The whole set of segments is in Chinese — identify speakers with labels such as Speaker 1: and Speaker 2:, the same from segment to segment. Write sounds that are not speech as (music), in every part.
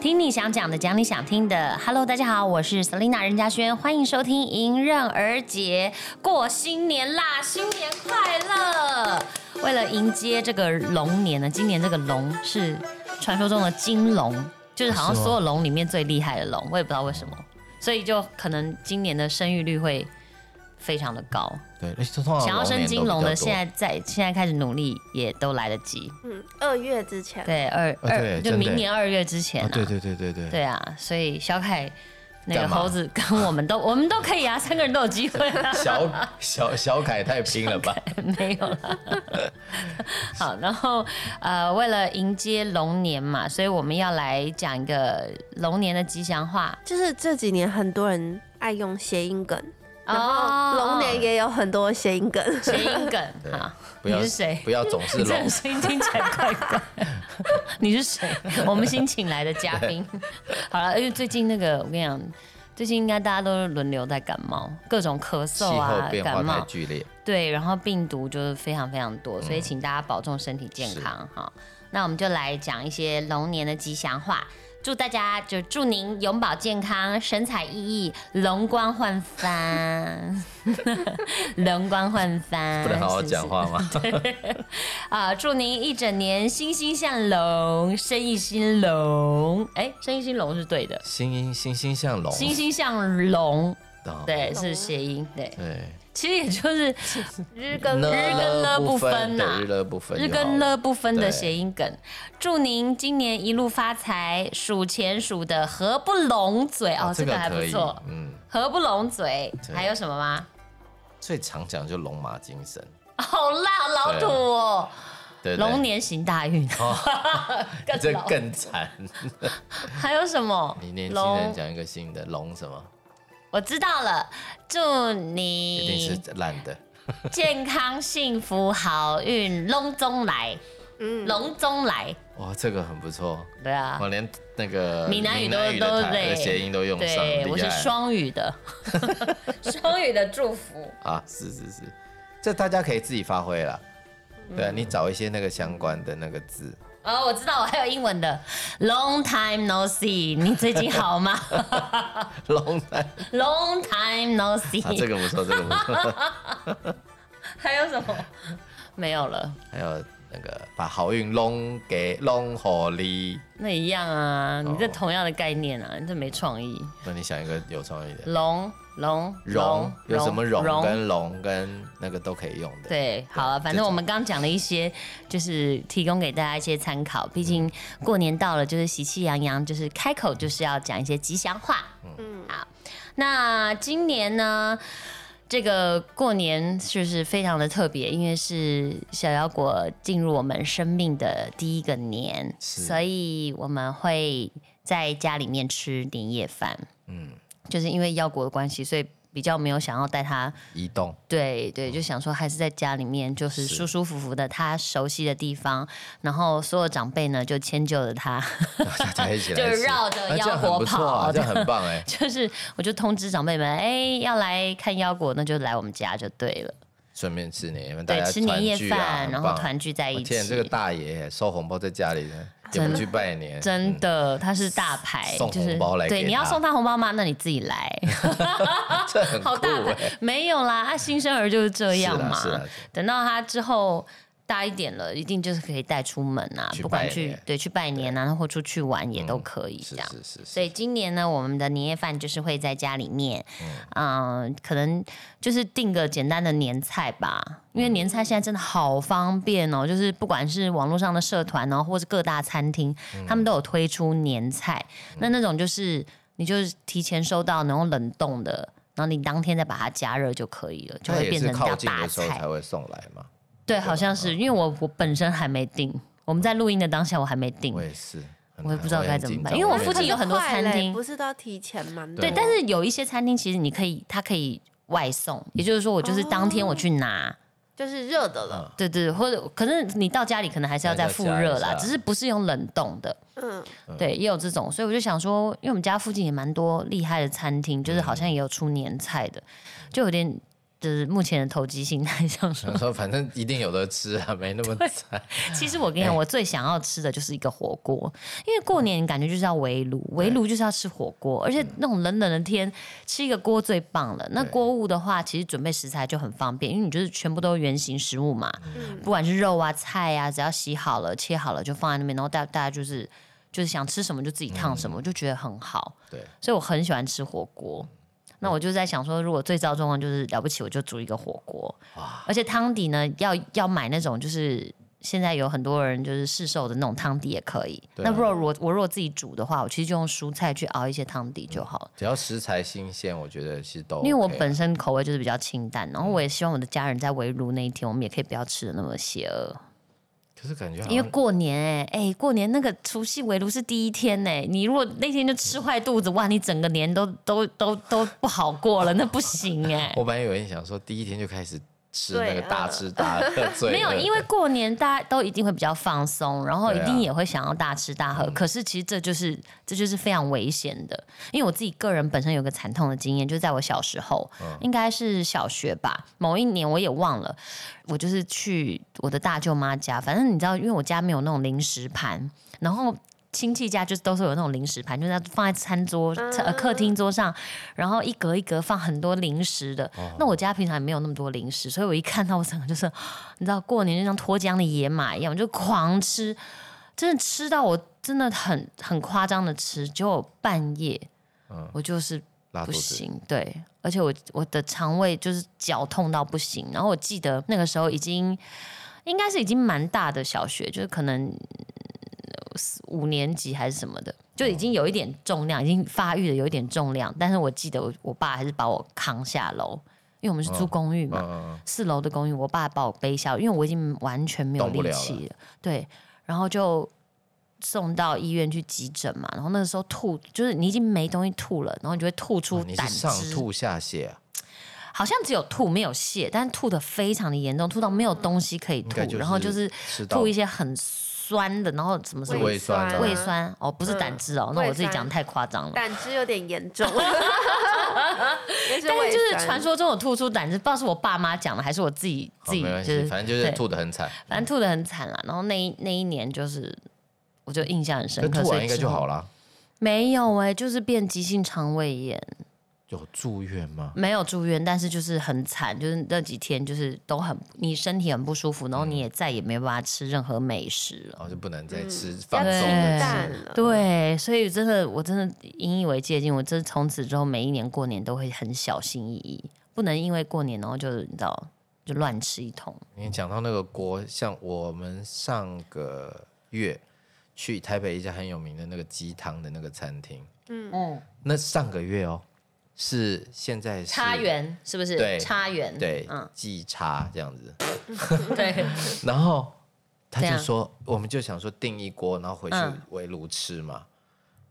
Speaker 1: 听你想讲的，讲你想听的。Hello，大家好，我是 Selina 任嘉轩，欢迎收听《迎刃而解》，过新年啦，新年快乐！为了迎接这个龙年呢，今年这个龙是传说中的金龙，就是好像
Speaker 2: 是吗
Speaker 1: 所有龙里面最厉害的龙，我也不知道为什么，所以就可能今年的生育率会非常的高。
Speaker 2: 对，而且通常
Speaker 1: 想要生金龙的，现
Speaker 2: 在
Speaker 1: 在在现在开始努力也都来得及。
Speaker 3: 嗯，二月之前，
Speaker 1: 对，二
Speaker 2: 呃
Speaker 1: 二
Speaker 2: 对
Speaker 1: 就
Speaker 2: 真的
Speaker 1: 明年二月之前啊
Speaker 2: 啊，。对对对对对，
Speaker 1: 对啊，所以小凯那个
Speaker 2: 干嘛
Speaker 1: 猴子跟我们
Speaker 2: (laughs)
Speaker 1: 都，我们都可以啊，三个人都有机会啊，
Speaker 2: (laughs)
Speaker 1: (laughs)
Speaker 2: 小小小凯太拼了吧？
Speaker 1: 没有啦。 (laughs) 好，然后呃，为了迎接龙年嘛，所以我们要来讲一个龙年的吉祥话。
Speaker 3: 就是这几年很多人爱用谐音梗，然
Speaker 1: 哦
Speaker 3: 后龙年也有很多谐音梗。
Speaker 1: (laughs) 谐音梗
Speaker 2: 对
Speaker 1: 啊，
Speaker 2: 不
Speaker 1: 你
Speaker 2: 要
Speaker 1: 是谁？
Speaker 2: 不要总是
Speaker 1: 你这
Speaker 2: 龙
Speaker 1: 个，声音听起来怪怪。 (laughs) 你是谁？我们新请来的嘉宾。 (laughs) 好了，因为最近那个，我跟你讲，最近应该大家都轮流在感冒，各种咳
Speaker 2: 气
Speaker 1: 嗽
Speaker 2: 候
Speaker 1: 啊，
Speaker 2: 变化
Speaker 1: 感
Speaker 2: 太
Speaker 1: 冒。
Speaker 2: 剧烈，
Speaker 1: 对，然后病毒就是非常非常多，
Speaker 2: 嗯
Speaker 1: 所以请大家保重身体健康哈。那我们就来讲一些龙年的吉祥话，祝大家就祝您永保健康，神采奕奕，容光焕发， (laughs) 容光焕发，
Speaker 2: 不能好好
Speaker 1: 嗯是是
Speaker 2: 讲
Speaker 1: (laughs)
Speaker 2: 话吗？
Speaker 1: 啊、祝您一整年欣欣向荣，生意兴隆。哎，生意兴隆是对的，
Speaker 2: 欣欣欣欣向荣，
Speaker 1: 欣欣向荣，
Speaker 2: 哦
Speaker 1: 对，是谐音，对，
Speaker 2: 对，
Speaker 1: 其实也就是
Speaker 3: 日更
Speaker 2: 呢
Speaker 1: 日跟了不分呐
Speaker 2: 对日了不分就好
Speaker 1: 日
Speaker 2: 了，
Speaker 1: 跟了不分的
Speaker 2: 对
Speaker 1: 谐音梗。祝您今年一路发财，数钱数的合不拢嘴哦，这个还不
Speaker 2: 可以
Speaker 1: 错，
Speaker 2: 嗯，
Speaker 1: 合不拢嘴。
Speaker 2: 对
Speaker 1: 还有什么吗？
Speaker 2: 最常讲就龙马精神，
Speaker 1: 好辣，好老土哦，
Speaker 2: 啊对，对哦
Speaker 1: 龙。年行大运，
Speaker 2: 你
Speaker 1: 更
Speaker 2: 这
Speaker 1: 老。
Speaker 2: 更惨， (laughs)
Speaker 1: 还有什么？
Speaker 2: 你年轻人
Speaker 1: 龙，
Speaker 2: 讲一个新的龙什么，
Speaker 1: 我知道了，祝
Speaker 2: 一定
Speaker 1: 你
Speaker 2: 是烂的。
Speaker 1: 健康、幸福、好运，龙中来，
Speaker 3: 嗯，
Speaker 1: 龙中来，
Speaker 2: 哇，这个很不错，
Speaker 1: 对啊
Speaker 2: 我。连那个
Speaker 1: 闽南语都
Speaker 2: 的
Speaker 1: 都
Speaker 2: 台呃
Speaker 1: 对
Speaker 2: 谐音都用上，
Speaker 1: 对，我
Speaker 2: 厉
Speaker 1: 是
Speaker 2: 害
Speaker 1: 双语 (laughs) 的，双语的祝福。
Speaker 2: 啊，是是是，这大家可以自己发挥啦。
Speaker 1: 嗯
Speaker 2: 对啊，你找一些那个相关的那个字， (laughs)
Speaker 1: 哦，我知道，我还有英文的。Long time no see，你最近好
Speaker 2: (laughs)
Speaker 1: 吗
Speaker 2: 龙丹
Speaker 1: ？Long time no see，、 (laughs)
Speaker 2: 啊，这个不错，这个不错。 (laughs)
Speaker 1: 还有什么？没有了，
Speaker 2: 还有那个把好运龙给龙火力，
Speaker 1: 那一样啊，你这
Speaker 2: 哦
Speaker 1: 同样的概念啊，你这没创意。
Speaker 2: 那你想一个有创意的，
Speaker 1: 龙龙
Speaker 2: 荣有什么
Speaker 1: 龙
Speaker 2: 荣跟龙跟那个都可以用的。
Speaker 1: 对，好了，反正我们刚刚讲了一些，就是提供给大家一些参考。毕竟过年到了，就是喜气洋洋，就是开口就是要讲一些吉祥话。嗯，好，那今年呢？这个过年就是非常的特别，因为是小妖果进入我们生命的第一个年，
Speaker 2: 是
Speaker 1: 所以我们会在家里面吃年夜饭。嗯
Speaker 2: 嗯，
Speaker 1: 就是因为妖果的关系，所以比较没有想要带他 (laughs)
Speaker 2: 移动
Speaker 1: 对对，就想说还是在家里面，就是
Speaker 2: 嗯是
Speaker 1: 舒舒服服的，他熟悉的地方，然后所有长辈呢就迁就了
Speaker 2: (laughs)
Speaker 1: 他，
Speaker 2: 大家一起来
Speaker 1: 就
Speaker 2: 吃，
Speaker 1: 绕着
Speaker 2: 啊这样
Speaker 1: 腰
Speaker 2: 很
Speaker 1: 果
Speaker 2: 不错啊，
Speaker 1: 跑。
Speaker 2: 这样很棒哎，
Speaker 1: 就是我就通知长辈们，哎，要来看腰果，那就来我们家就对了。
Speaker 2: 顺便吃年夜饭，大
Speaker 1: 对，
Speaker 2: 家
Speaker 1: 吃年夜
Speaker 2: 团聚啊
Speaker 1: 饭，
Speaker 2: 很
Speaker 1: 然后
Speaker 2: 棒
Speaker 1: 团聚在
Speaker 2: 我
Speaker 1: 一
Speaker 2: 见
Speaker 1: 起。
Speaker 2: 这个大爷收红包在家里呢，也不去拜年，
Speaker 1: 真
Speaker 2: 嗯
Speaker 1: 的，他是大牌，
Speaker 2: 送
Speaker 1: 就是
Speaker 2: 红包来
Speaker 1: 对，
Speaker 2: 给
Speaker 1: 你要
Speaker 2: 他
Speaker 1: 送他红包吗？那你自己
Speaker 2: (laughs)
Speaker 1: 来，
Speaker 2: (laughs) 这很
Speaker 1: 好大
Speaker 2: 酷
Speaker 1: 牌
Speaker 2: 哎，
Speaker 1: 没有啦，他新生儿就是这样
Speaker 2: 是啦
Speaker 1: 嘛。
Speaker 2: 是啦啊
Speaker 1: 等到他之后大一点了，一定就是可以带出门啊，
Speaker 2: 去
Speaker 1: 不管
Speaker 2: 拜
Speaker 1: 去
Speaker 2: 年嗯
Speaker 1: 对去拜年啊，或出去玩也都可以这
Speaker 2: 是
Speaker 1: 样。
Speaker 2: 是是
Speaker 1: 所
Speaker 2: 是，
Speaker 1: 以今年呢，我们的年夜饭就是会在家里面，嗯、可能就是订个简单的年菜吧，因为年菜现在
Speaker 2: 嗯
Speaker 1: 真的好方便哦，就是不管是网络上的社团哦，或是各大餐厅，他
Speaker 2: 嗯
Speaker 1: 们都有推出年菜。那那种就是你就是提前收到，然后冷冻的，然后你当天再把它加热就可以了，就
Speaker 2: 它
Speaker 1: 会
Speaker 2: 也
Speaker 1: 变
Speaker 2: 是
Speaker 1: 成
Speaker 2: 靠
Speaker 1: 叫
Speaker 2: 近
Speaker 1: 大
Speaker 2: 的时候
Speaker 1: 菜嗯
Speaker 2: 才。会送来嘛，
Speaker 1: 对，好像是因为我我本身还没订，我们在录音的当下我还没订
Speaker 2: 我，也是，很
Speaker 1: 我也不知道该怎么办
Speaker 2: 很紧张
Speaker 1: 因为我
Speaker 2: 也
Speaker 1: 附近
Speaker 2: (laughs)
Speaker 1: 有很多餐厅
Speaker 3: 快嘞不是都要提前吗？
Speaker 1: 对，但是有一些餐厅其实你可以，它可以外送，也就是说我就是当天我去拿，
Speaker 3: 就是热的了。
Speaker 1: 对对，或者可是你到家里可能还是要再复热啦
Speaker 2: 还是要加一，下
Speaker 1: 只是不是用冷冻的，
Speaker 3: 嗯，
Speaker 1: 对，也有这种，所以我就想说，因为我们家附近也蛮多厉害的餐厅，就是好像也有出年菜的，就有点就是目前的投机心态，想说
Speaker 2: 想说反正一定有得吃啊， (laughs) 没那么惨。
Speaker 1: (laughs) 其实我跟你讲，我最想要吃的就是一个火锅，因为过年感觉就是要围炉，围炉就是要吃火锅，而且那种冷冷的天吃一个锅最棒了。那
Speaker 2: 对
Speaker 1: 锅物的话，其实准备食材就很方便，因为你就是全部都是原形食物嘛，不管是肉啊、菜啊，只要洗好了、切好了就放在那边，然后大大家就是就是想吃什么就自己烫什么，我就觉得很好。
Speaker 2: 对，
Speaker 1: 所以我很喜欢吃火锅。那我就在想说，如果最糟状况就是了不起，我就煮一个火锅，而且汤底呢，要要买那种就是现在有很多人就是市售的那种汤底也可以。
Speaker 2: 对
Speaker 1: 那
Speaker 2: 啊
Speaker 1: 如果我我如果自己煮的话，我其实就用蔬菜去熬一些汤底就好了。
Speaker 2: 只要食材新鲜，我觉得其实都 OK 啊、
Speaker 1: 因为我本身口味就是比较清淡，然后我也希望我的家人在围炉那一天，我们也可以不要吃的那么邪恶。
Speaker 2: 可是感觉好像
Speaker 1: 因为过年哎、哎、过年那个除夕围炉是第一天呢、你如果那天就吃坏肚子，哇，你整个年都都都都不好过了，那不行哎、
Speaker 2: 我本来有人想说第一天就开始吃那
Speaker 3: 罪
Speaker 2: 个大
Speaker 3: 恶
Speaker 2: 吃大喝罪恶，
Speaker 1: 呃 (laughs) 没有，因为过年大家都一定会比较放松，然后一
Speaker 2: 对啊嗯
Speaker 1: 定也会想要大吃大喝。可是其实这就是这就是非常危险的，因为我自己个人本身有个惨痛的经验，就在我小时候，
Speaker 2: 嗯
Speaker 1: 应该是小学吧，某一年我也忘了，我就是去我的大舅妈家，反正你知道，因为我家没有那种零食盘，然后。亲戚家就是都是有那种零食盘，就是要放在餐桌、
Speaker 2: 嗯
Speaker 1: 呃客厅桌上，然后一格一格放很多零食的。
Speaker 2: 嗯
Speaker 1: 那我家平常也没有那么多零食，所以我一看到我整个就是你知道过年就像脱缰的野马一样，我就狂吃，真的吃到我真的很很夸张的吃，结果半夜，
Speaker 2: 嗯
Speaker 1: 我就是
Speaker 2: 拉
Speaker 1: 不
Speaker 2: 肚子，
Speaker 1: 行，对，而且我我的肠胃就是绞痛到不行，然后我记得那个时候已经应该是已经蛮大的小学，就是可能呃四五年级还是什么的，就已经有一点重量，已经发育的有一点重量，但是我记得我我爸还是把我扛下楼，因为我们是住公寓嘛，
Speaker 2: 嗯嗯
Speaker 1: 四楼的公寓，我爸把我背下，因为我已经完全没有
Speaker 2: 动不
Speaker 1: 力
Speaker 2: 了
Speaker 1: 气了。对，然后就送到医院去急诊嘛。然后那个时候吐，就是你已经没东西吐了，然后你就会吐
Speaker 2: 嗯，
Speaker 1: 出
Speaker 2: 哇你
Speaker 1: 胆
Speaker 2: 是上
Speaker 1: 汁，
Speaker 2: 吐下泻啊，
Speaker 1: 好像只有吐没有泻，但是吐的非常的严重，吐到没有东西可以
Speaker 2: 应
Speaker 1: 吐，
Speaker 2: 该就是
Speaker 1: 然后就是
Speaker 2: 吃到
Speaker 1: 吐一些很酸的，然后什么什
Speaker 2: 是
Speaker 1: 么
Speaker 2: 胃酸嗯啊
Speaker 1: 胃酸哦，不是胆汁哦，那我自己
Speaker 3: 胃酸
Speaker 1: 讲得太夸张了。
Speaker 3: 胆汁有点严
Speaker 1: (laughs)
Speaker 3: 重， (laughs) 但
Speaker 1: 但是就是传说中有吐出胆汁，不知道是我爸妈讲的，还是我自己
Speaker 2: 好
Speaker 1: 自己
Speaker 2: 哦没关
Speaker 1: 就
Speaker 2: 系，
Speaker 1: 是
Speaker 2: 反正就是
Speaker 1: 对
Speaker 2: 吐的很惨，
Speaker 1: 反正吐的很惨啦。然后那一那一年就是，我就印象很深
Speaker 2: 但
Speaker 1: 刻。
Speaker 2: 吐
Speaker 1: 所
Speaker 2: 完
Speaker 1: 以
Speaker 2: 应该
Speaker 1: 之
Speaker 2: 就
Speaker 1: 后
Speaker 2: 好。了。
Speaker 1: 没有哎、就是变急性肠胃炎，
Speaker 2: 有住院吗？
Speaker 1: 没有住院，但是就是很惨，就是那几天就是都很，你身体很不舒服，然后
Speaker 2: 嗯
Speaker 1: 你也再也没办法吃任何美食了。
Speaker 2: 然后就不能再吃放
Speaker 3: 要
Speaker 2: 松
Speaker 1: 嗯
Speaker 3: 吃
Speaker 1: 对
Speaker 2: 的
Speaker 3: 蛋了，
Speaker 1: 对，所以真的，我真的引以为戒禁。我真的从此之后，每一年过年都会很小心翼翼，不能因为过年然后就你知道就乱吃一通。
Speaker 2: 吃。你讲到那个锅，像我们上个月去台北一家很有名的那个鸡汤的那个餐厅，
Speaker 1: 嗯，
Speaker 2: 那上个月哦，是现在是
Speaker 1: 差园是不是？
Speaker 2: 对
Speaker 1: 差园。
Speaker 2: 对
Speaker 1: 嗯，
Speaker 2: 鸡叉这样子，
Speaker 1: 对。
Speaker 2: 然后他
Speaker 1: 怎
Speaker 2: 就
Speaker 1: 样
Speaker 2: 说，我们就想说订一锅，然后回去
Speaker 1: 嗯
Speaker 2: 围炉吃嘛，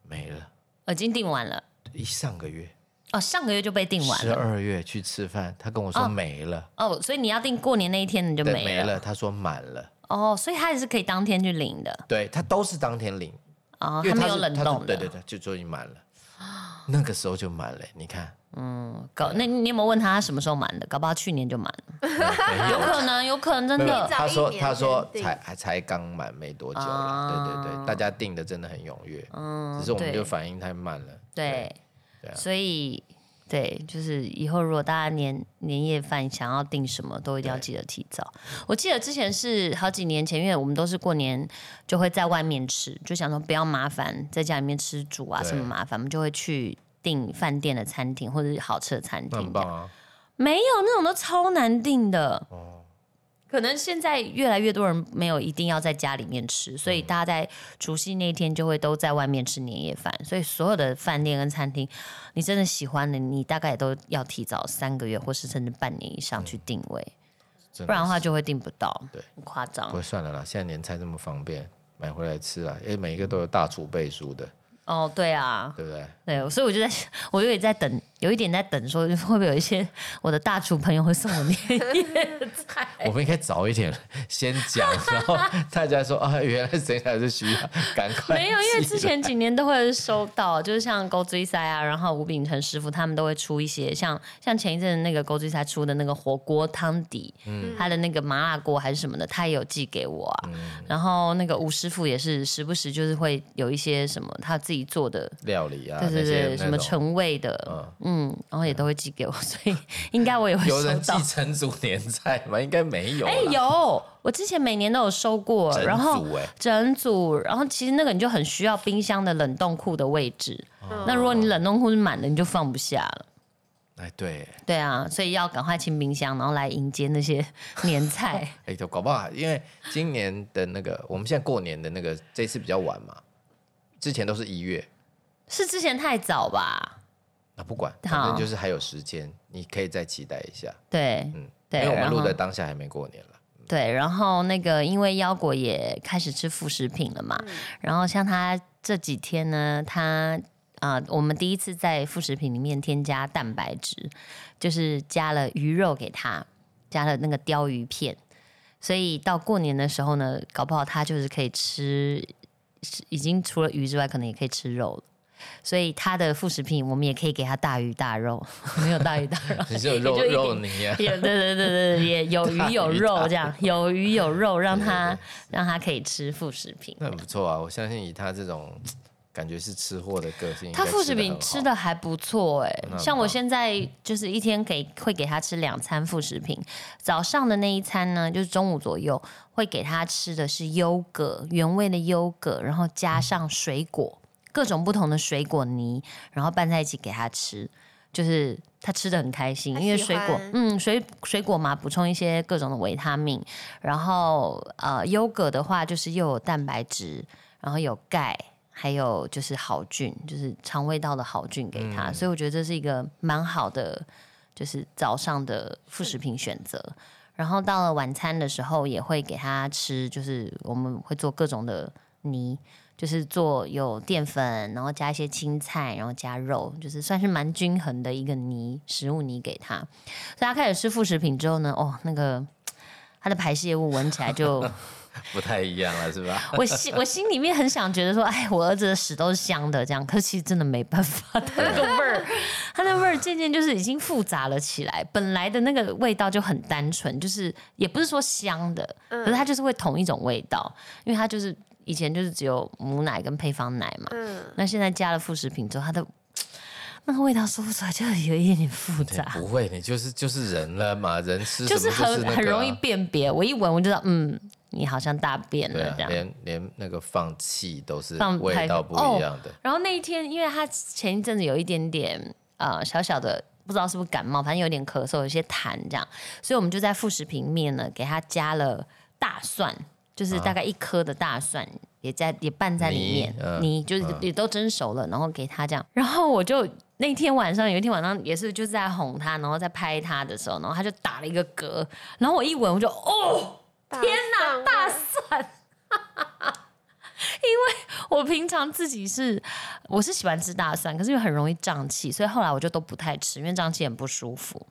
Speaker 2: 没了。
Speaker 1: 我已经订完了。
Speaker 2: 一上个月，
Speaker 1: 哦，上个月就被订完
Speaker 2: 十
Speaker 1: 了。
Speaker 2: 二月去吃饭，他跟我说
Speaker 1: 哦
Speaker 2: 没了，
Speaker 1: 哦，所以你要订过年那一天你就
Speaker 2: 对，
Speaker 1: 没
Speaker 2: 没了。他说满了，
Speaker 1: 哦，所以他也是可以当天去领的
Speaker 2: 对他都是当天领，
Speaker 1: 哦，
Speaker 2: 因为
Speaker 1: 他没
Speaker 2: 是
Speaker 1: 有冷
Speaker 2: 他是
Speaker 1: 冻的。
Speaker 2: 对对对，就终于满了。那个时候就满了，
Speaker 1: (laughs)
Speaker 2: 你看，
Speaker 1: 搞那你你有没有问他他什么时候满的？搞不好去年就满了，
Speaker 2: 没有
Speaker 1: 有可能，有可能真
Speaker 2: 没有
Speaker 1: 的。
Speaker 2: 他
Speaker 3: 早
Speaker 2: 说
Speaker 3: 一年
Speaker 2: 他说
Speaker 3: 先订
Speaker 2: 才还才刚满没多久了，
Speaker 1: 啊
Speaker 2: 对对对，大家订的真的很踊跃，
Speaker 1: 嗯，
Speaker 2: 只是我们
Speaker 1: 对
Speaker 2: 就反应太慢了。
Speaker 1: 对
Speaker 2: 对啊
Speaker 1: 所以对，就是以后如果大家年年夜饭想要订什么，都一定要
Speaker 2: 对
Speaker 1: 记得提早。我记得之前是好几年前，因为我们都是过年就会在外面吃，就想说不要麻烦在家里面吃煮啊
Speaker 2: 对
Speaker 1: 什么麻烦，我们就会去订饭店的餐厅或者是好吃的餐
Speaker 2: 那很
Speaker 1: 厅这
Speaker 2: 棒
Speaker 1: 样。
Speaker 2: 啊！哦
Speaker 1: 没有那种都超难订的。可能现在越来越多人没有一定要在家里面吃，所以
Speaker 2: 嗯
Speaker 1: 大家在除夕那一天就会都在外面吃年夜饭。所以所有的饭店跟餐厅，你真的喜欢的，你大概也都要提早三个月或是甚至半年以上去定位，
Speaker 2: 真
Speaker 1: 不然的话
Speaker 2: 是
Speaker 1: 就会订不到。
Speaker 2: 嗯对，
Speaker 1: 很夸张
Speaker 2: 不会算了啦，现在年菜这么方便，买回来吃啊，因为每一个都有大储备书的，
Speaker 1: 哦。对啊，
Speaker 2: 对不对？
Speaker 1: 对，所以我就在，我就也在等有一点在等说，会不会有一些我的大厨朋友会送我年夜菜？
Speaker 2: 我们应该早
Speaker 1: (laughs)
Speaker 2: 一点先讲，然后大家说啊，原来谁还是需
Speaker 1: (laughs)
Speaker 2: 要，赶快
Speaker 1: 没有，因为
Speaker 2: 寄
Speaker 1: 之前几年都会收到，就是像勾追塞啊，然后吴秉承师傅他们都会出一些像像前一阵那个勾追塞出的那个火锅汤底，
Speaker 2: 嗯
Speaker 1: 他的那个麻辣锅还是什么的，他也有寄给我啊。然后那个吴师傅也是时不时就是会有一些什么他自己做的。
Speaker 2: 料理啊，
Speaker 1: 对对
Speaker 2: 那些
Speaker 1: 对，
Speaker 2: 那
Speaker 1: 什么
Speaker 2: 种
Speaker 1: 成味的，嗯然后也都会寄给我，所
Speaker 2: (laughs)
Speaker 1: 以应该我也会
Speaker 2: 有
Speaker 1: 收
Speaker 2: 人继
Speaker 1: 到。
Speaker 2: 承祖年菜吗？应该没有啦。
Speaker 1: 哎，有，我之前每年都有收过，
Speaker 2: 整
Speaker 1: 然后
Speaker 2: 组哎
Speaker 1: 整组，然后其实那个你就很需要冰箱的冷冻库的位置。
Speaker 3: 嗯
Speaker 2: 哦
Speaker 1: 那如果你冷冻库是满的，你就放不下了。
Speaker 2: 哎，对，
Speaker 1: 对啊，所以要赶快清冰箱，然后来迎接那些 (laughs) 年
Speaker 2: (laughs)
Speaker 1: 菜。
Speaker 2: 哎，就搞不好，因为今年的那个，我们现在过年的那个，这次比较晚嘛，之前都是一月，
Speaker 1: 是之前太早吧？
Speaker 2: 那不管，
Speaker 1: 好
Speaker 2: 反正就是还有时间，你可以再期待一下，
Speaker 1: 对，
Speaker 2: 嗯，
Speaker 1: 对
Speaker 2: 因为我们
Speaker 1: 然
Speaker 2: 录
Speaker 1: 后
Speaker 2: 的当下还没过年
Speaker 1: (laughs)
Speaker 2: 了，
Speaker 1: 对，然后那个因为腰果也开始吃副食品了嘛，然后像他这几天呢，他啊、呃我们第一次在副食品里面添加蛋白质，就是加了鱼肉给他，加了那个鲷鱼片，所以到过年的时候呢，搞不好他就是可以吃，吃已经除了鱼之外，可能也可以吃肉了。所以他的副食品，我们也可以给他大鱼大肉， (laughs) 没有大鱼大
Speaker 2: (laughs)
Speaker 1: 肉，
Speaker 2: 你是有
Speaker 1: (laughs)
Speaker 2: 肉
Speaker 1: 就一点
Speaker 2: 肉泥啊，
Speaker 1: 也对对对对对，也有鱼有肉这
Speaker 2: (laughs)
Speaker 1: 样，有鱼有肉，让
Speaker 2: 对
Speaker 1: 他让他可以吃副食品。
Speaker 2: 那很不错啊，我相信以他这种感觉是吃货的个性，应该
Speaker 1: 他副食
Speaker 2: 得
Speaker 1: 品
Speaker 2: 很
Speaker 1: 吃
Speaker 2: 好
Speaker 1: 的还不错哎、
Speaker 2: 那很
Speaker 1: 像我
Speaker 2: 棒
Speaker 1: 现在就是一天给会给他吃两餐副食品，早上的那一餐呢，就是中午左右会给他吃的是优格，原味的优格，然后加上水果，各种不同的水果泥，然后拌在一起给他吃。就是他吃的很开心，
Speaker 3: 他
Speaker 1: 因为
Speaker 3: 喜
Speaker 1: 水果
Speaker 3: 欢，
Speaker 1: 嗯，水水果嘛，补充一些各种的维他命，然后呃，优格的话就是又有蛋白质，然后有钙，还有就是好菌，就是肠胃道的好菌给他，所以我觉得这是一个蛮好的，就是早上的副食品选择。然后到了晚餐的时候，也会给他吃，就是我们会做各种的泥，就是做有淀粉，然后加一些青菜，然后加肉，就是算是蛮均衡的一个泥食物泥给他。所以他开始吃副食品之后呢，哦，那个他的排泄物闻起来就
Speaker 2: 不太一样了，
Speaker 1: (laughs)
Speaker 2: 是吧？
Speaker 1: 我心我心里面很想觉得说，哎，我儿子的屎都是香的这样，可是其实真的没办法，他那个
Speaker 2: 啊
Speaker 1: 味儿，他那味儿渐渐就是已经复杂了起来。本来的那个味道就很单纯，就是也不是说香的，
Speaker 2: 嗯
Speaker 1: 可是它就是会同一种味道，因为它就是以前就是只有母奶跟配方奶嘛，
Speaker 3: 嗯，
Speaker 1: 那现在加了副食品之后，它的那个味道说不出来，就有一点点复杂。
Speaker 2: 不会，你就是就是人了嘛，人吃
Speaker 1: 就
Speaker 2: 什么
Speaker 1: 是
Speaker 2: 就
Speaker 1: 很
Speaker 2: 是那个啊
Speaker 1: 很容易辨别，我一闻我就知道，嗯，你好像大便
Speaker 2: 对
Speaker 1: 了
Speaker 2: 啊
Speaker 1: 这，样。
Speaker 2: 连连那个放气都是
Speaker 1: 放
Speaker 2: 味
Speaker 1: 排
Speaker 2: 道
Speaker 1: 放
Speaker 2: 不
Speaker 1: 哦
Speaker 2: 一样的，
Speaker 1: 然后那一天，因为他前一阵子有一点点呃小小的，不知道是不是感冒，反正有点咳嗽，有些痰这样，所以我们就在副食品面呢给他加了大蒜，就是大概一颗的大蒜。也在也拌在里面
Speaker 2: 泥，嗯
Speaker 1: 你就是也都蒸熟了，然后给他这样。然后我就那天晚上有一天晚上也是就是在哄他，然后在拍他的时候，然后他就打了一个嗝，然后我一闻我就哦，
Speaker 3: 天哪，大
Speaker 1: (laughs) 我平常自己是我是喜欢吃大蒜，可是又很容易胀气，所以后来我就都不太吃，因为胀气很不舒服。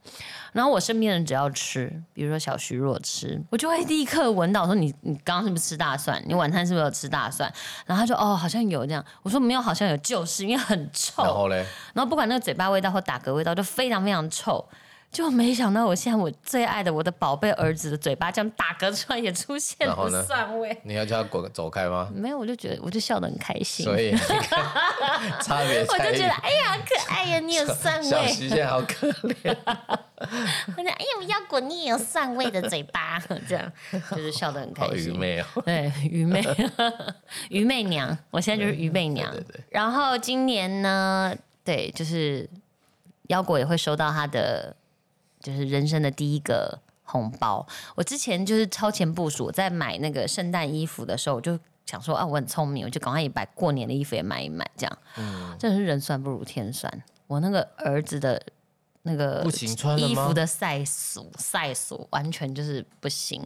Speaker 1: 然后我身边人只要吃，比如说小徐若吃，我就会立刻闻到说你你刚刚是不是吃大蒜？你晚餐是不是有吃大蒜？然后他就哦好像有这样，我说没有好像有，就是因为很臭。
Speaker 2: 然后嘞，
Speaker 1: 然后不管那个嘴巴味道或打嗝味道，就非常非常臭。就没想到我现在我最爱的我的宝贝儿子的嘴巴这样打嗝出来也出现
Speaker 2: 然后
Speaker 1: 了
Speaker 2: 呢
Speaker 1: 蒜味。
Speaker 2: 你要叫他滚走开吗？
Speaker 1: 没有，我就觉得我就笑得很开心。
Speaker 2: 所以你
Speaker 1: (laughs)
Speaker 2: 看差别
Speaker 1: 我
Speaker 2: 在
Speaker 1: 就
Speaker 2: 于
Speaker 1: 觉得，啊哎呀，可爱呀，你有蒜
Speaker 2: 小
Speaker 1: 味。
Speaker 2: 徐现在好可怜，
Speaker 1: 我就哎呀，腰果你也有蒜味的嘴巴， (laughs) 这样就是笑得很开
Speaker 2: 好愚
Speaker 1: 心。
Speaker 2: 昧哦。
Speaker 1: 对，愚昧， (laughs) 愚昧娘，我现在就是愚昧娘。
Speaker 2: 对对对
Speaker 1: 然后今年呢，对，就是腰果也会收到他的，就是人生的第一个红包。我之前就是超前部署，在买那个圣诞衣服的时候，我就想说啊，我很聪明，我就赶快也把过年的衣服也买一买，这样。
Speaker 2: 嗯
Speaker 1: 真的是人算不如天算，我那个儿子的。那个
Speaker 2: 不行穿了吗
Speaker 1: 衣服的 size 赛数完全就是不行。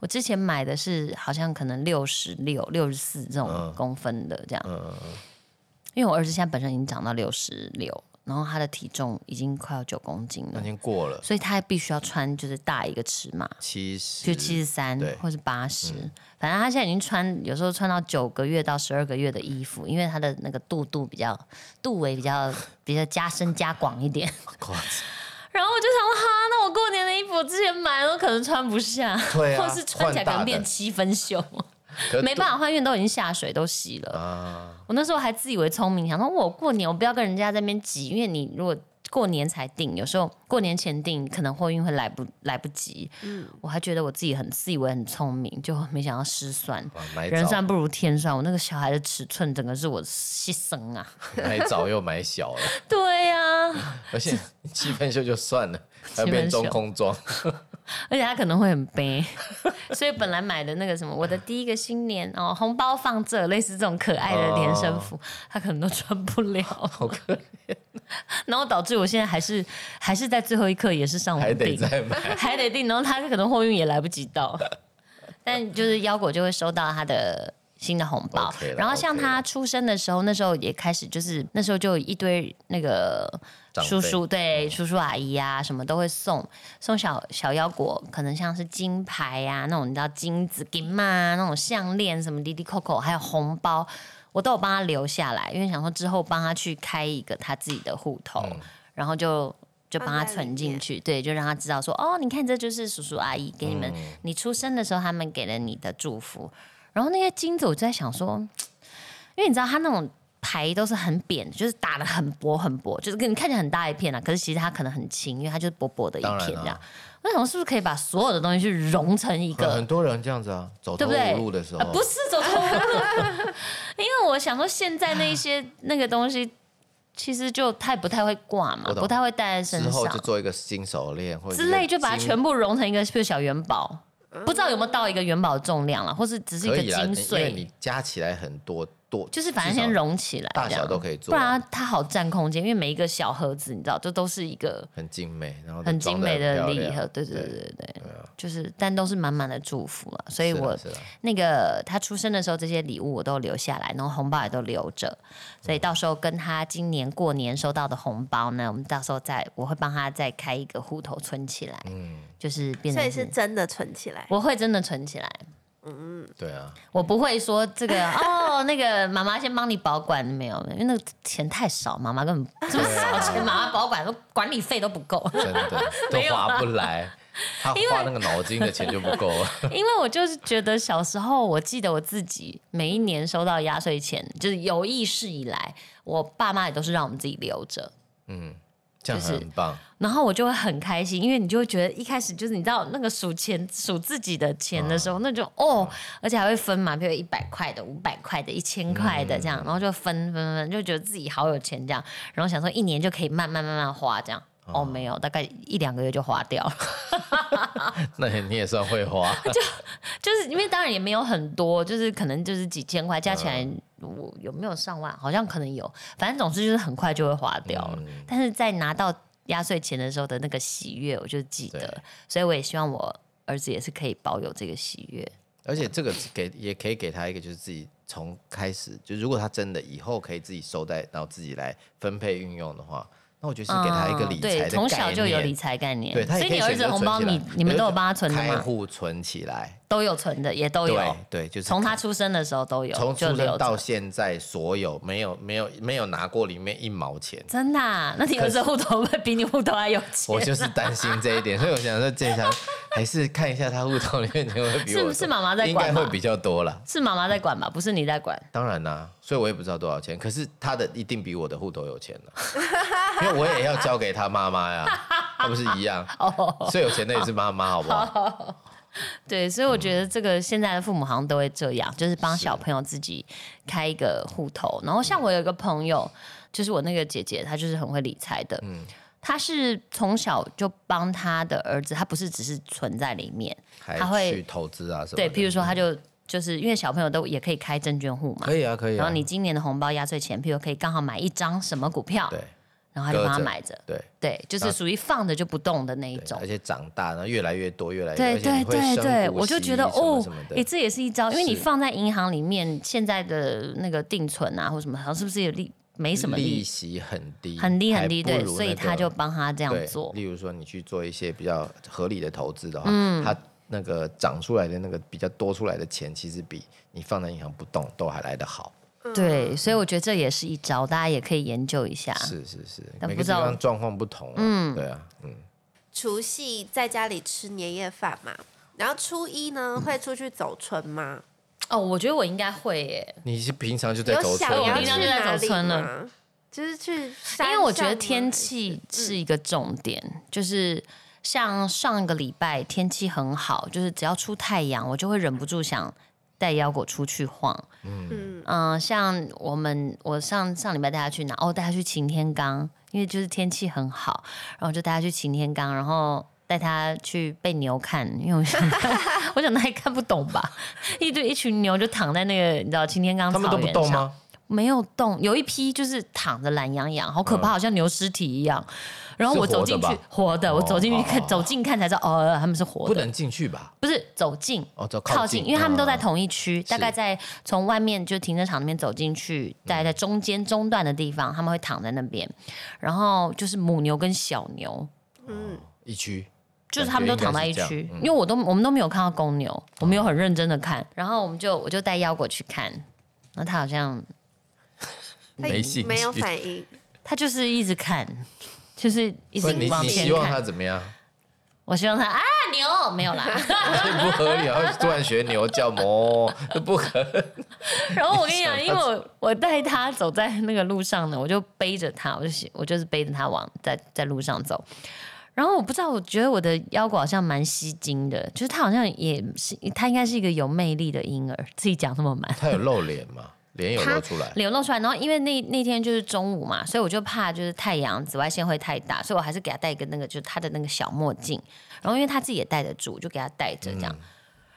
Speaker 1: 我之前买的是好像可能六十六、六十四这种公分的这样，
Speaker 2: 嗯，
Speaker 1: 因为我儿子现在本身已经长到六十六，然后他的体重已经快要九公斤
Speaker 2: 那
Speaker 1: 了
Speaker 2: 已，经过了
Speaker 1: 所以他必须要穿就是大一个尺码，
Speaker 2: 七十，
Speaker 1: 就七十三
Speaker 2: 对嗯
Speaker 1: 或是八十、反正他现在已经穿，有时候穿到九个月到十二个月的衣服，因为他的那个肚肚比较肚围比较比较加深加广一
Speaker 2: (laughs)
Speaker 1: 点。
Speaker 2: 夸张
Speaker 1: 然后我就想说，哈，那我过年的衣服我之前买的都可能穿不下，
Speaker 2: 对啊
Speaker 1: 或是穿起来可能变七分袖，没办法换，因为都已经下水都洗了。
Speaker 2: 啊，
Speaker 1: 我那时候还自以为聪明，想说我过年我不要跟人家在那边挤，因为你如果过年才订，有时候过年前订，可能货运会来不来不及。我还觉得我自己很自以为很聪明，就没想到失算。
Speaker 2: 哇买
Speaker 1: 人算
Speaker 2: 早
Speaker 1: 不如天算，我那个小孩的尺寸整个是我牺牲啊！
Speaker 2: 买早又买小了，
Speaker 1: 对呀、(laughs)
Speaker 2: 而且七分袖就算了，还要
Speaker 1: 七分
Speaker 2: 变
Speaker 1: 袖
Speaker 2: 中空装，
Speaker 1: 而且他可能会很悲， (laughs) 所以本来买的那个什么，我的第一个新年哦，红包放这，类似这种可爱的连身
Speaker 2: 哦
Speaker 1: 服，他可能都穿不了，好可怜。 (laughs) 然后导致我现在还是还是在最后一刻也是上
Speaker 2: 还
Speaker 1: 网
Speaker 2: 得
Speaker 1: 订，
Speaker 2: 再买。
Speaker 1: 还得订，然后他可能货运也来不及到，但就是腰果就会收到他的。新的红包
Speaker 2: OK 啦
Speaker 1: 然后像
Speaker 2: OK
Speaker 1: 他
Speaker 2: 啦
Speaker 1: 出生的时候，那时候也开始就是那时候就有一堆那个
Speaker 2: 长辈嗯
Speaker 1: 叔叔对叔叔阿姨啊，什么都会送送小小腰果，可能像是金牌呀、啊，那种你知道金子金嘛、啊，那种项链什么滴滴扣扣，还有红包，我都有帮他留下来，因为想说之后帮他去开一个他自己的户头，
Speaker 2: 嗯
Speaker 1: 然后就就帮他
Speaker 3: 放在里
Speaker 1: 存进
Speaker 3: 面
Speaker 1: 去，对，就让他知道说哦，你看这就是叔叔阿姨给你们，
Speaker 2: 嗯
Speaker 1: 你出生的时候他们给了你的祝福，然后那些金子我就在想说，因为你知道它那种牌都是很扁，就是打的很薄很薄，就是跟你看起来很大一片啊，可是其实它可能很轻，因为它就是薄薄的一
Speaker 2: 当然
Speaker 1: 片
Speaker 2: 啊
Speaker 1: 这样。我想是不是可以把所有的东西去融成一
Speaker 2: 可能
Speaker 1: 个
Speaker 2: (laughs) 很多人这样子啊，走
Speaker 1: 对不
Speaker 2: 投
Speaker 1: 对？
Speaker 2: 无路的时候，
Speaker 1: 啊不是走投无路， (laughs) 因为我想说现在那一些那个东西，其实就太不太会挂嘛
Speaker 2: 我，懂
Speaker 1: 不太会戴在
Speaker 2: 之
Speaker 1: 身
Speaker 2: 后就
Speaker 1: 上
Speaker 2: 做一个金手链或者
Speaker 1: 之类，就把它
Speaker 2: 金
Speaker 1: 全部融成一个，譬如小元宝。不知道有没有到一个元宝的重量了，或是只是一
Speaker 2: 可
Speaker 1: 个
Speaker 2: 以啦，
Speaker 1: 金
Speaker 2: 你因为
Speaker 1: 穗，
Speaker 2: 你加起来很多多，
Speaker 1: 就是反正
Speaker 2: 至少
Speaker 1: 先融起来，
Speaker 2: 大
Speaker 1: 这样
Speaker 2: 小都可以做啊
Speaker 1: 不然它好占空间，因为每一个小盒子，你知道，这都是一个
Speaker 2: 很精美，然后
Speaker 1: 很
Speaker 2: 装
Speaker 1: 精
Speaker 2: 得
Speaker 1: 美的
Speaker 2: 漂
Speaker 1: 礼
Speaker 2: 亮
Speaker 1: 盒，对对对对对，就是但都是满满的祝福了，所以
Speaker 2: 是啦
Speaker 1: 我
Speaker 2: 是啊啦
Speaker 1: 那个他出生的时候，这些礼物我都留下来，然后红包也都留着，所以到时候跟他今年过年收到的红包呢，我们到时候再我会帮他再开一个户头存起来，
Speaker 2: 嗯
Speaker 1: 就是变
Speaker 3: 所以
Speaker 1: 成
Speaker 3: 是
Speaker 1: 是
Speaker 3: 真的存起来。
Speaker 1: 我会真的存起来，
Speaker 2: 对啊，
Speaker 1: (laughs) 我不会说这 (laughs) 个哦，那个妈妈先帮你保管，没有，因为那个钱太少，妈妈根本这么少钱，妈妈保管都管理费都不够。
Speaker 2: 真的都
Speaker 1: 没有啊
Speaker 2: 划
Speaker 1: 啦
Speaker 2: 不来，他花那个脑筋的钱就不够
Speaker 1: (laughs)
Speaker 2: 了。
Speaker 1: (laughs) 因为我就是觉得小时候，我记得我自己每一年收到压岁钱，就是有意识以来，我爸妈也都是让我们自己留着。
Speaker 2: 嗯这样
Speaker 1: 就是
Speaker 2: 很棒， (laughs)
Speaker 1: 然后我就会很开心，因为你就会觉得一开始就是你知道那个数钱数自己的钱的时候，那就哦，而且还会分嘛，比如一百块的、五百块的、一千块的这样，然后就分分分，就觉得自己好有钱这样，然后想说一年就可以慢慢慢慢花这样。哦，没有，大概一两个月就花掉了，
Speaker 2: 那你也算会花，
Speaker 1: 就是因为当然也没有很多，就是可能就是几千块，加起来
Speaker 2: 嗯
Speaker 1: 我有没有上万？好像可能有，反正总之就是很快就会花掉了。
Speaker 2: 嗯
Speaker 1: 但是在拿到压岁钱的时候的那个喜悦，我就记
Speaker 2: 对
Speaker 1: 得，所以我也希望我儿子也是可以保有这个喜悦。
Speaker 2: 而且这个给也可以给他一个，就是自己从开始，就如果他真的以后可以自己收袋，然后自己来分配运用的话，那我觉得是给他一个理
Speaker 1: 嗯
Speaker 2: 财
Speaker 1: 对，
Speaker 2: 的
Speaker 1: 从小
Speaker 2: 概
Speaker 1: 就有
Speaker 2: 念
Speaker 1: 理财概念，
Speaker 2: 对，他
Speaker 1: 所
Speaker 2: 也
Speaker 1: 以
Speaker 2: 可
Speaker 1: 你儿
Speaker 2: 选
Speaker 1: 子
Speaker 2: 择
Speaker 1: 的红
Speaker 2: 存
Speaker 1: 包
Speaker 2: 起来
Speaker 1: 你你们都有
Speaker 2: 儿子
Speaker 1: 帮他存的
Speaker 2: 开
Speaker 1: 吗？
Speaker 2: 户存起来，
Speaker 1: 都有存的，也都
Speaker 2: 对
Speaker 1: 有。
Speaker 2: 对，就是
Speaker 1: 从他出生的时候都有，
Speaker 2: 从
Speaker 1: 就
Speaker 2: 出
Speaker 1: 留
Speaker 2: 生到
Speaker 1: 着。。
Speaker 2: 现在，所有没有没有没有拿过里面一毛钱 (laughs)
Speaker 1: 真的啊、那你儿子户头会比你户头还有
Speaker 2: 我
Speaker 1: 钱？
Speaker 2: 就是担心这一点，所以我想说，这条还是看一下他户头里面钱会比我
Speaker 1: 是
Speaker 2: 多
Speaker 1: 是妈妈在
Speaker 2: 应
Speaker 1: 管
Speaker 2: 该会
Speaker 1: 吧
Speaker 2: 比较多啦。
Speaker 1: 是妈妈在管吧，不是你在管。
Speaker 2: 当然啦、所以我也不知道多少钱，可是他的一定比我的户头有钱了、 (laughs) 因为我也要交给他妈
Speaker 1: (laughs)
Speaker 2: 妈呀，他不是一样？
Speaker 1: 哦
Speaker 2: 最有钱的也是妈妈，好不好？
Speaker 1: 对，所以我
Speaker 2: 嗯
Speaker 1: 觉得这个现在的父母好像都会这样，就是帮小朋友自己开一个户头。然后像我有一个朋友，就是我那个姐姐，她就是很会理财的。
Speaker 2: 嗯
Speaker 1: 她是从小就帮她的儿子，她不是只是存在里面，他
Speaker 2: 还
Speaker 1: 会
Speaker 2: 去投资啊什么的？
Speaker 1: 对，譬如说她就就是因为小朋友都也可以开证券户嘛
Speaker 2: 可，以啊，可以啊。
Speaker 1: 然后你今年的红包压岁钱，譬如可以刚好买一张什么股票，
Speaker 2: 对
Speaker 1: 然后她就帮
Speaker 2: 搁
Speaker 1: 他
Speaker 2: 着
Speaker 1: 买着，
Speaker 2: 对
Speaker 1: 对，就是
Speaker 2: 那
Speaker 1: 属于放着就不动的那一
Speaker 2: 对
Speaker 1: 种
Speaker 2: 而。且长大然后越来越多，越来越
Speaker 1: 对
Speaker 2: 而且
Speaker 1: 对
Speaker 2: 你会
Speaker 1: 对
Speaker 2: 升
Speaker 1: 对，
Speaker 2: 股
Speaker 1: 我就
Speaker 2: 息
Speaker 1: 觉得
Speaker 2: 什么
Speaker 1: 哦
Speaker 2: 什么，
Speaker 1: 哎、
Speaker 2: 的
Speaker 1: 这也是一招，因为你
Speaker 2: 是
Speaker 1: 放在银行里面，现在的那个定存啊，或什么，好像是不是有利没什么
Speaker 2: 利
Speaker 1: 利，
Speaker 2: 息很低，
Speaker 1: 很低很低，
Speaker 2: 还
Speaker 1: 对，
Speaker 2: 不如
Speaker 1: 所以
Speaker 2: 那个
Speaker 1: 他就帮他这样
Speaker 2: 对
Speaker 1: 做。
Speaker 2: 例如说，你去做一些比较合理的投资的话，
Speaker 1: 嗯
Speaker 2: 它那个长出来的那个比较多出来的钱，其实比你放在银行不动都还来得好。
Speaker 1: 嗯对，所以我觉得这也是一招，大家也可以研究一下。
Speaker 2: 是是是，
Speaker 1: 啊但
Speaker 2: 每
Speaker 1: 不
Speaker 2: 个
Speaker 1: 知
Speaker 2: 地
Speaker 1: 道
Speaker 2: 方状况不同、嗯，对啊，嗯，
Speaker 3: 除夕在家里吃年夜饭嘛，然后初一呢会出去走村吗？
Speaker 1: 哦，我觉得我应该会耶，
Speaker 2: 你是平常就在
Speaker 3: 有
Speaker 2: 走
Speaker 3: 想
Speaker 2: 村
Speaker 1: 我
Speaker 3: 要
Speaker 1: 平
Speaker 3: 去
Speaker 1: 常
Speaker 2: 吗，
Speaker 1: 就在
Speaker 3: 哪
Speaker 1: 走
Speaker 3: 里
Speaker 1: 村了
Speaker 3: 吗？就是去山
Speaker 1: 因
Speaker 3: 上吗，
Speaker 1: 为
Speaker 3: 嗯
Speaker 1: 我觉得天气是一个重点，就是像上个礼拜天气很好，就是只要出太阳，我就会忍不住想带腰果出去晃。嗯像我们我上上礼拜带他去哪？哦，带他去擎天岗，因为就是天气很好，然后我就带他去擎天岗，然后。带他去被牛看，因为我
Speaker 3: (laughs)
Speaker 1: 想，我想他也看不懂吧，一堆一群牛就躺在那个你知道擎天岗
Speaker 2: 他们
Speaker 1: 草
Speaker 2: 都不
Speaker 1: 原
Speaker 2: 动
Speaker 1: 上
Speaker 2: 吗？
Speaker 1: 没有动，有一批就是躺着懒洋洋，好可怕，
Speaker 2: 嗯
Speaker 1: 好像牛尸体一样。然后
Speaker 2: 是
Speaker 1: 我走
Speaker 2: 活的
Speaker 1: 进去
Speaker 2: 吧，
Speaker 1: 活的，我
Speaker 2: 哦
Speaker 1: 走进去
Speaker 2: 哦
Speaker 1: 看，
Speaker 2: 哦
Speaker 1: 走近看才知道，哦，他们是活
Speaker 2: 不
Speaker 1: 的，
Speaker 2: 能进去吧？
Speaker 1: 不是走近。
Speaker 2: 哦，走
Speaker 1: 靠
Speaker 2: 近，
Speaker 1: 近，因为他们都在
Speaker 2: 嗯
Speaker 1: 同一区，大概在从外面就停车场那边走进去，大概在中间中段的地方，他们会躺在那边，然后就是母牛跟小牛，
Speaker 2: 一区，
Speaker 1: 就是他们都躺在一
Speaker 2: 感觉应
Speaker 1: 区
Speaker 2: 该是这，样嗯哦
Speaker 1: 因为我都我们都没有看到公牛，我没有很认真的看，然后我们就我就带腰果去看，然后他好像
Speaker 3: 哎
Speaker 2: 没兴趣 (laughs)
Speaker 3: 没有反应，
Speaker 1: 他就是一直看，就是一直
Speaker 2: 不是你
Speaker 1: 往
Speaker 2: 你
Speaker 1: 前
Speaker 2: 希望他
Speaker 1: 看。
Speaker 2: 怎么样？ (laughs)
Speaker 1: 我希望他啊牛没有啦，
Speaker 2: 这不合理啊！突然学牛叫哞，这 (laughs) 不可
Speaker 1: 然后我跟你
Speaker 2: (laughs)
Speaker 1: 讲，
Speaker 2: 你
Speaker 1: 因为
Speaker 2: 想他
Speaker 1: 我我带他走在那个路上呢，我就背着他，我就喜我就是背着他往在在路上走。然后我不知道，我觉得我的腰果好像蛮吸睛的，就是他好像也是，他应该是一个有魅力的婴儿，自己讲那么满。
Speaker 2: 他有露脸嘛？脸有露出来，
Speaker 1: 流露出来。然后因为那那天就是中午嘛，所以我就怕就是太阳紫外线会太大，所以我还是给他戴一个那个就是他的那个小墨镜。然后因为他自己也戴得住，我就给他戴着这样。
Speaker 2: 嗯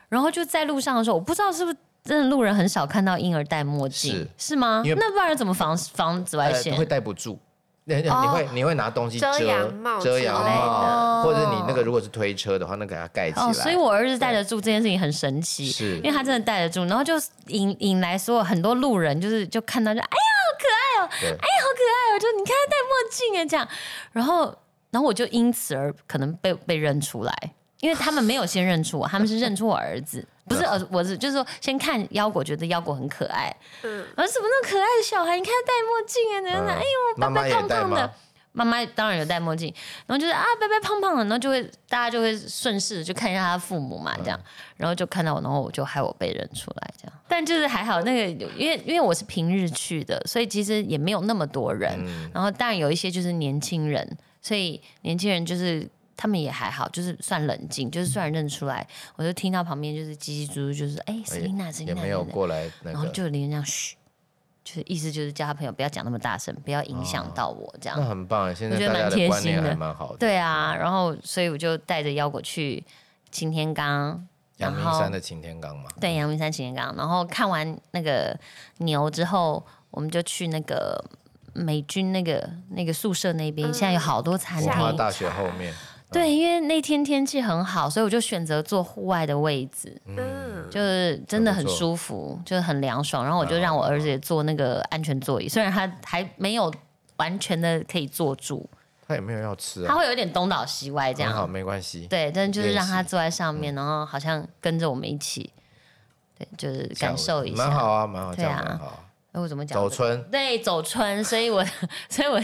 Speaker 1: 然后就在路上的时候，我不知道是不是真的路人很少看到婴儿戴墨镜，
Speaker 2: 是
Speaker 1: 吗？
Speaker 2: 因为
Speaker 1: 那不然怎么防防紫外
Speaker 2: 呃
Speaker 1: 线？
Speaker 2: 会戴不住。那你
Speaker 1: 哦
Speaker 2: 会你会拿东西遮
Speaker 3: 遮阳帽
Speaker 2: 遮阳
Speaker 3: 之类
Speaker 1: 的
Speaker 2: 帽，或者你那个如果是推车的话，那给它盖起来。
Speaker 1: 哦，所以我儿子戴得住这件事情很神奇，
Speaker 2: 是
Speaker 1: 因为他真的戴得住，然后就引引来所有很多路人，就是就看到就哎呀好可爱哦，哎
Speaker 2: 对
Speaker 1: 呀好可爱哦，就你看他戴墨镜哎这样，然后然后我就因此而可能被被认出来，因为他们没有先认出我，他们是认出我儿子，不是儿我是就是说先看腰果，觉得腰果很可爱，
Speaker 3: 嗯
Speaker 1: 然后怎么那么可爱的小孩，你看他戴墨镜哎怎样怎样，哎呦
Speaker 2: 妈妈也
Speaker 1: 胖
Speaker 2: 戴
Speaker 1: 胖的
Speaker 2: 吗？。
Speaker 1: 妈妈当然有戴墨镜，然后就是啊，白白胖胖的，然后就会大家就会顺势就看一下他父母嘛，这样，
Speaker 2: 嗯
Speaker 1: 然后就看到我，然后我就害我被认出来这样。但就是还好，那个因为因为我是平日去的，所以其实也没有那么多人，
Speaker 2: 嗯
Speaker 1: 然后当然有一些就是年轻人，所以年轻人就是他们也还好，就是算冷静，就是虽然认出来，我就听到旁边就是叽叽猪，就是哎，Selina
Speaker 2: 也
Speaker 1: Selina，
Speaker 2: 没有过来那
Speaker 1: 然后
Speaker 2: 个，
Speaker 1: 就有人这样嘘，就是意思就是叫他朋友不要讲那么大声，不要影
Speaker 2: 哦
Speaker 1: 响到我这样。
Speaker 2: 那很棒。啊现在
Speaker 1: 我觉得
Speaker 2: 大
Speaker 1: 蛮
Speaker 2: 家
Speaker 1: 贴
Speaker 2: 的观念
Speaker 1: 心的
Speaker 2: 还蛮好的。
Speaker 1: 对啊，然后所以我就带着腰果去擎天岗，
Speaker 2: 阳明
Speaker 1: 然后
Speaker 2: 山的擎天岗嘛，
Speaker 1: 对，阳明山擎天岗，然后看完那个牛之后，我们就去那个美军那个那个宿舍那边，
Speaker 2: 嗯
Speaker 1: 现在有好多餐
Speaker 2: 文化
Speaker 1: 厅。
Speaker 2: 大学后面，
Speaker 1: 对，因为那天天气很好，所以我就选择坐户外的位置，
Speaker 3: 嗯，
Speaker 1: 就是真的很
Speaker 2: 很不错
Speaker 1: 舒服，就是很凉爽。然后我就
Speaker 2: 蛮好
Speaker 1: 让我
Speaker 2: 蛮
Speaker 1: 儿子也坐那个安全座椅，虽然他还没有完全的可以坐住，
Speaker 2: 他也没有要吃
Speaker 1: 他
Speaker 2: 啊，
Speaker 1: 会有点东倒西歪这
Speaker 2: 很
Speaker 1: 样。
Speaker 2: 好，没关系。
Speaker 1: 对，但就是
Speaker 2: 练
Speaker 1: 让他
Speaker 2: 习
Speaker 1: 坐在上
Speaker 2: 嗯
Speaker 1: 面，然后好像跟着我们一起，对，就是感受一下。
Speaker 2: 蛮好啊，蛮好，这
Speaker 1: 对啊
Speaker 2: 样蛮好啊。
Speaker 1: 哎，我怎么讲？
Speaker 2: 走。村，
Speaker 1: 对，走春，所以我， (laughs) 所以我，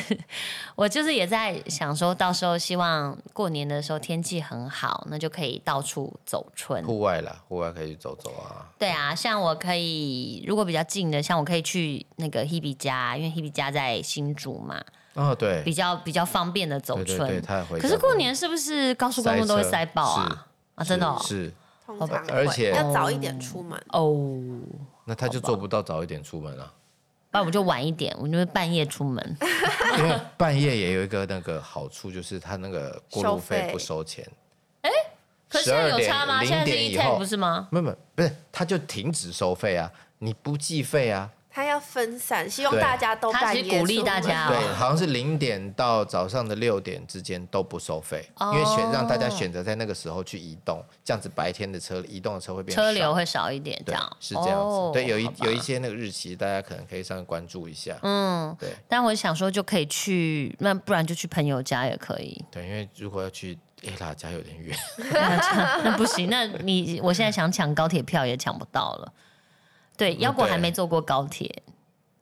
Speaker 1: 我就是也在想说，到时候希望过年的时候天气很好，那就可以到处走春。
Speaker 2: 户外啦，户外可以去走走啊。
Speaker 1: 对啊，像我可以，如果比较近的，像我可以去那个 Hebe 家，因为 Hebe 家在新竹嘛，
Speaker 2: 哦，对，
Speaker 1: 比较比较方便的走
Speaker 2: 对
Speaker 1: 春。
Speaker 2: 对对，他也回
Speaker 1: 可
Speaker 2: 家。
Speaker 1: 是过年是不是高速公路都会
Speaker 2: 塞车
Speaker 1: 塞爆啊？啊，真的哦。
Speaker 2: 是，
Speaker 3: 通常
Speaker 2: 而
Speaker 3: 会
Speaker 2: 且
Speaker 3: 要早一点出门，
Speaker 1: 哦
Speaker 2: 那他就做不到早一点出门了，啊
Speaker 1: 不然我就晚一点，我就会半夜出门。
Speaker 2: (laughs) 因为半夜也有一个那个好处，就是他那个过路
Speaker 3: 收
Speaker 2: 费
Speaker 3: 费
Speaker 2: 不收钱。
Speaker 1: (laughs) 哎可是现在有差吗？
Speaker 2: 12点
Speaker 1: 现在是
Speaker 2: 0点以
Speaker 1: e t
Speaker 2: 后
Speaker 1: 不是吗？
Speaker 2: 没有没有，不是，他就停止收费啊，你不计费啊，
Speaker 3: 他要要分散，希望
Speaker 2: 对
Speaker 3: 大家都
Speaker 1: 他
Speaker 3: 半
Speaker 1: 其
Speaker 3: 夜
Speaker 1: 实鼓励
Speaker 3: 出门
Speaker 1: 大家
Speaker 2: 对，好像是零点到早上的六点之间都不收费，
Speaker 1: 哦
Speaker 2: 因为选让大家选择在那个时候去移动，这样子白天的车移动的车会变
Speaker 1: 车流
Speaker 2: 少
Speaker 1: 会少一点，这
Speaker 2: 对
Speaker 1: 样
Speaker 2: 是这样子
Speaker 1: 哦。
Speaker 2: 对，有一
Speaker 1: 好吧
Speaker 2: 有一些那个日期，大家可能可以上去关注一下。
Speaker 1: 嗯，
Speaker 2: 对
Speaker 1: 但我想说就可以去，那不然就去朋友家也可以。
Speaker 2: 对，因为如果要去 A 拉家有点远，
Speaker 1: 那不行，那你我现在想抢高铁票也抢不到了。对，腰果
Speaker 2: 嗯对
Speaker 1: 还没坐过高铁，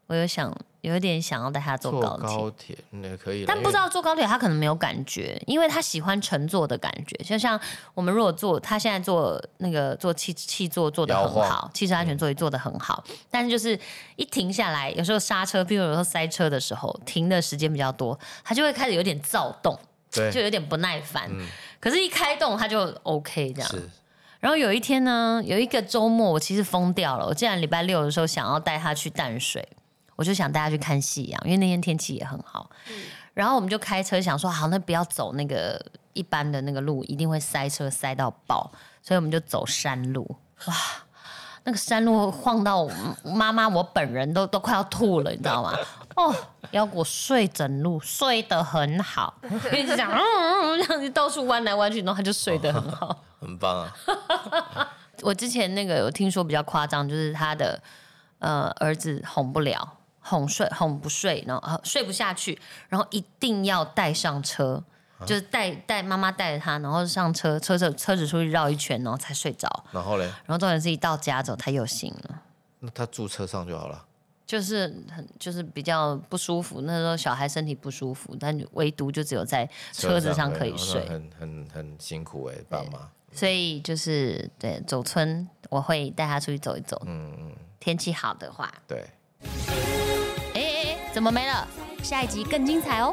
Speaker 1: 我有想有一点想要带他坐
Speaker 2: 坐
Speaker 1: 高铁。
Speaker 2: 高铁那可以啦，
Speaker 1: 但
Speaker 2: 因
Speaker 1: 不
Speaker 2: 为
Speaker 1: 知道坐高铁，他可能没有感觉，因为他喜欢乘坐的感觉。就像我们如果坐，他现在坐那个坐汽汽座做的
Speaker 2: 摇
Speaker 1: 很好
Speaker 2: 晃，嗯
Speaker 1: 汽车安全座椅做的很好，但是就是一停下来，有时候刹车，譬如有时候塞车的时候，停的时间比较多，他就会开始有点躁动，就
Speaker 2: 对嗯
Speaker 1: 有点不耐烦。可是，一开动他就 OK 这样。
Speaker 2: 是
Speaker 1: 然后有一天呢，有一个周末，我其实疯掉了。我竟然礼拜六的时候想要带他去淡水，我就想带他去看夕阳，因为那天天气也很好。然后我们就开车想说，好，那不要走那个一般的那个路，一定会塞车塞到爆，所以我们就走山路。哇，那个山路晃到我妈妈，我本人都都 (laughs) 快要吐了，你知道吗？哦，腰果睡整路，睡得很好，因为就这样，嗯嗯，嗯这样子到处弯来弯去，然后他就睡得很好。
Speaker 2: 很棒啊， (laughs)
Speaker 1: 我之前那个有听说比较夸张，就是他的呃儿子哄不了，哄睡哄不睡，然后、呃睡不下去，然后一定要带上车，就是带带妈妈带着他，然后上车，车子车子出去绕一圈，然后才睡着。
Speaker 2: 然后嘞，
Speaker 1: 然后重点是一到家之后他又醒了。
Speaker 2: 那他住车上就好了。
Speaker 1: 就是很就是比较不舒服，那时候小孩身体不舒服，但唯独就只有在车子上可以
Speaker 2: 对
Speaker 1: 睡
Speaker 2: 那，很很很辛苦哎，爸妈。
Speaker 1: 所以就是对走村我会带他出去走一走，
Speaker 2: 嗯嗯，
Speaker 1: 天气好的话。
Speaker 2: 对，
Speaker 1: 哎哎哎，怎么没了？下一集更精彩哦！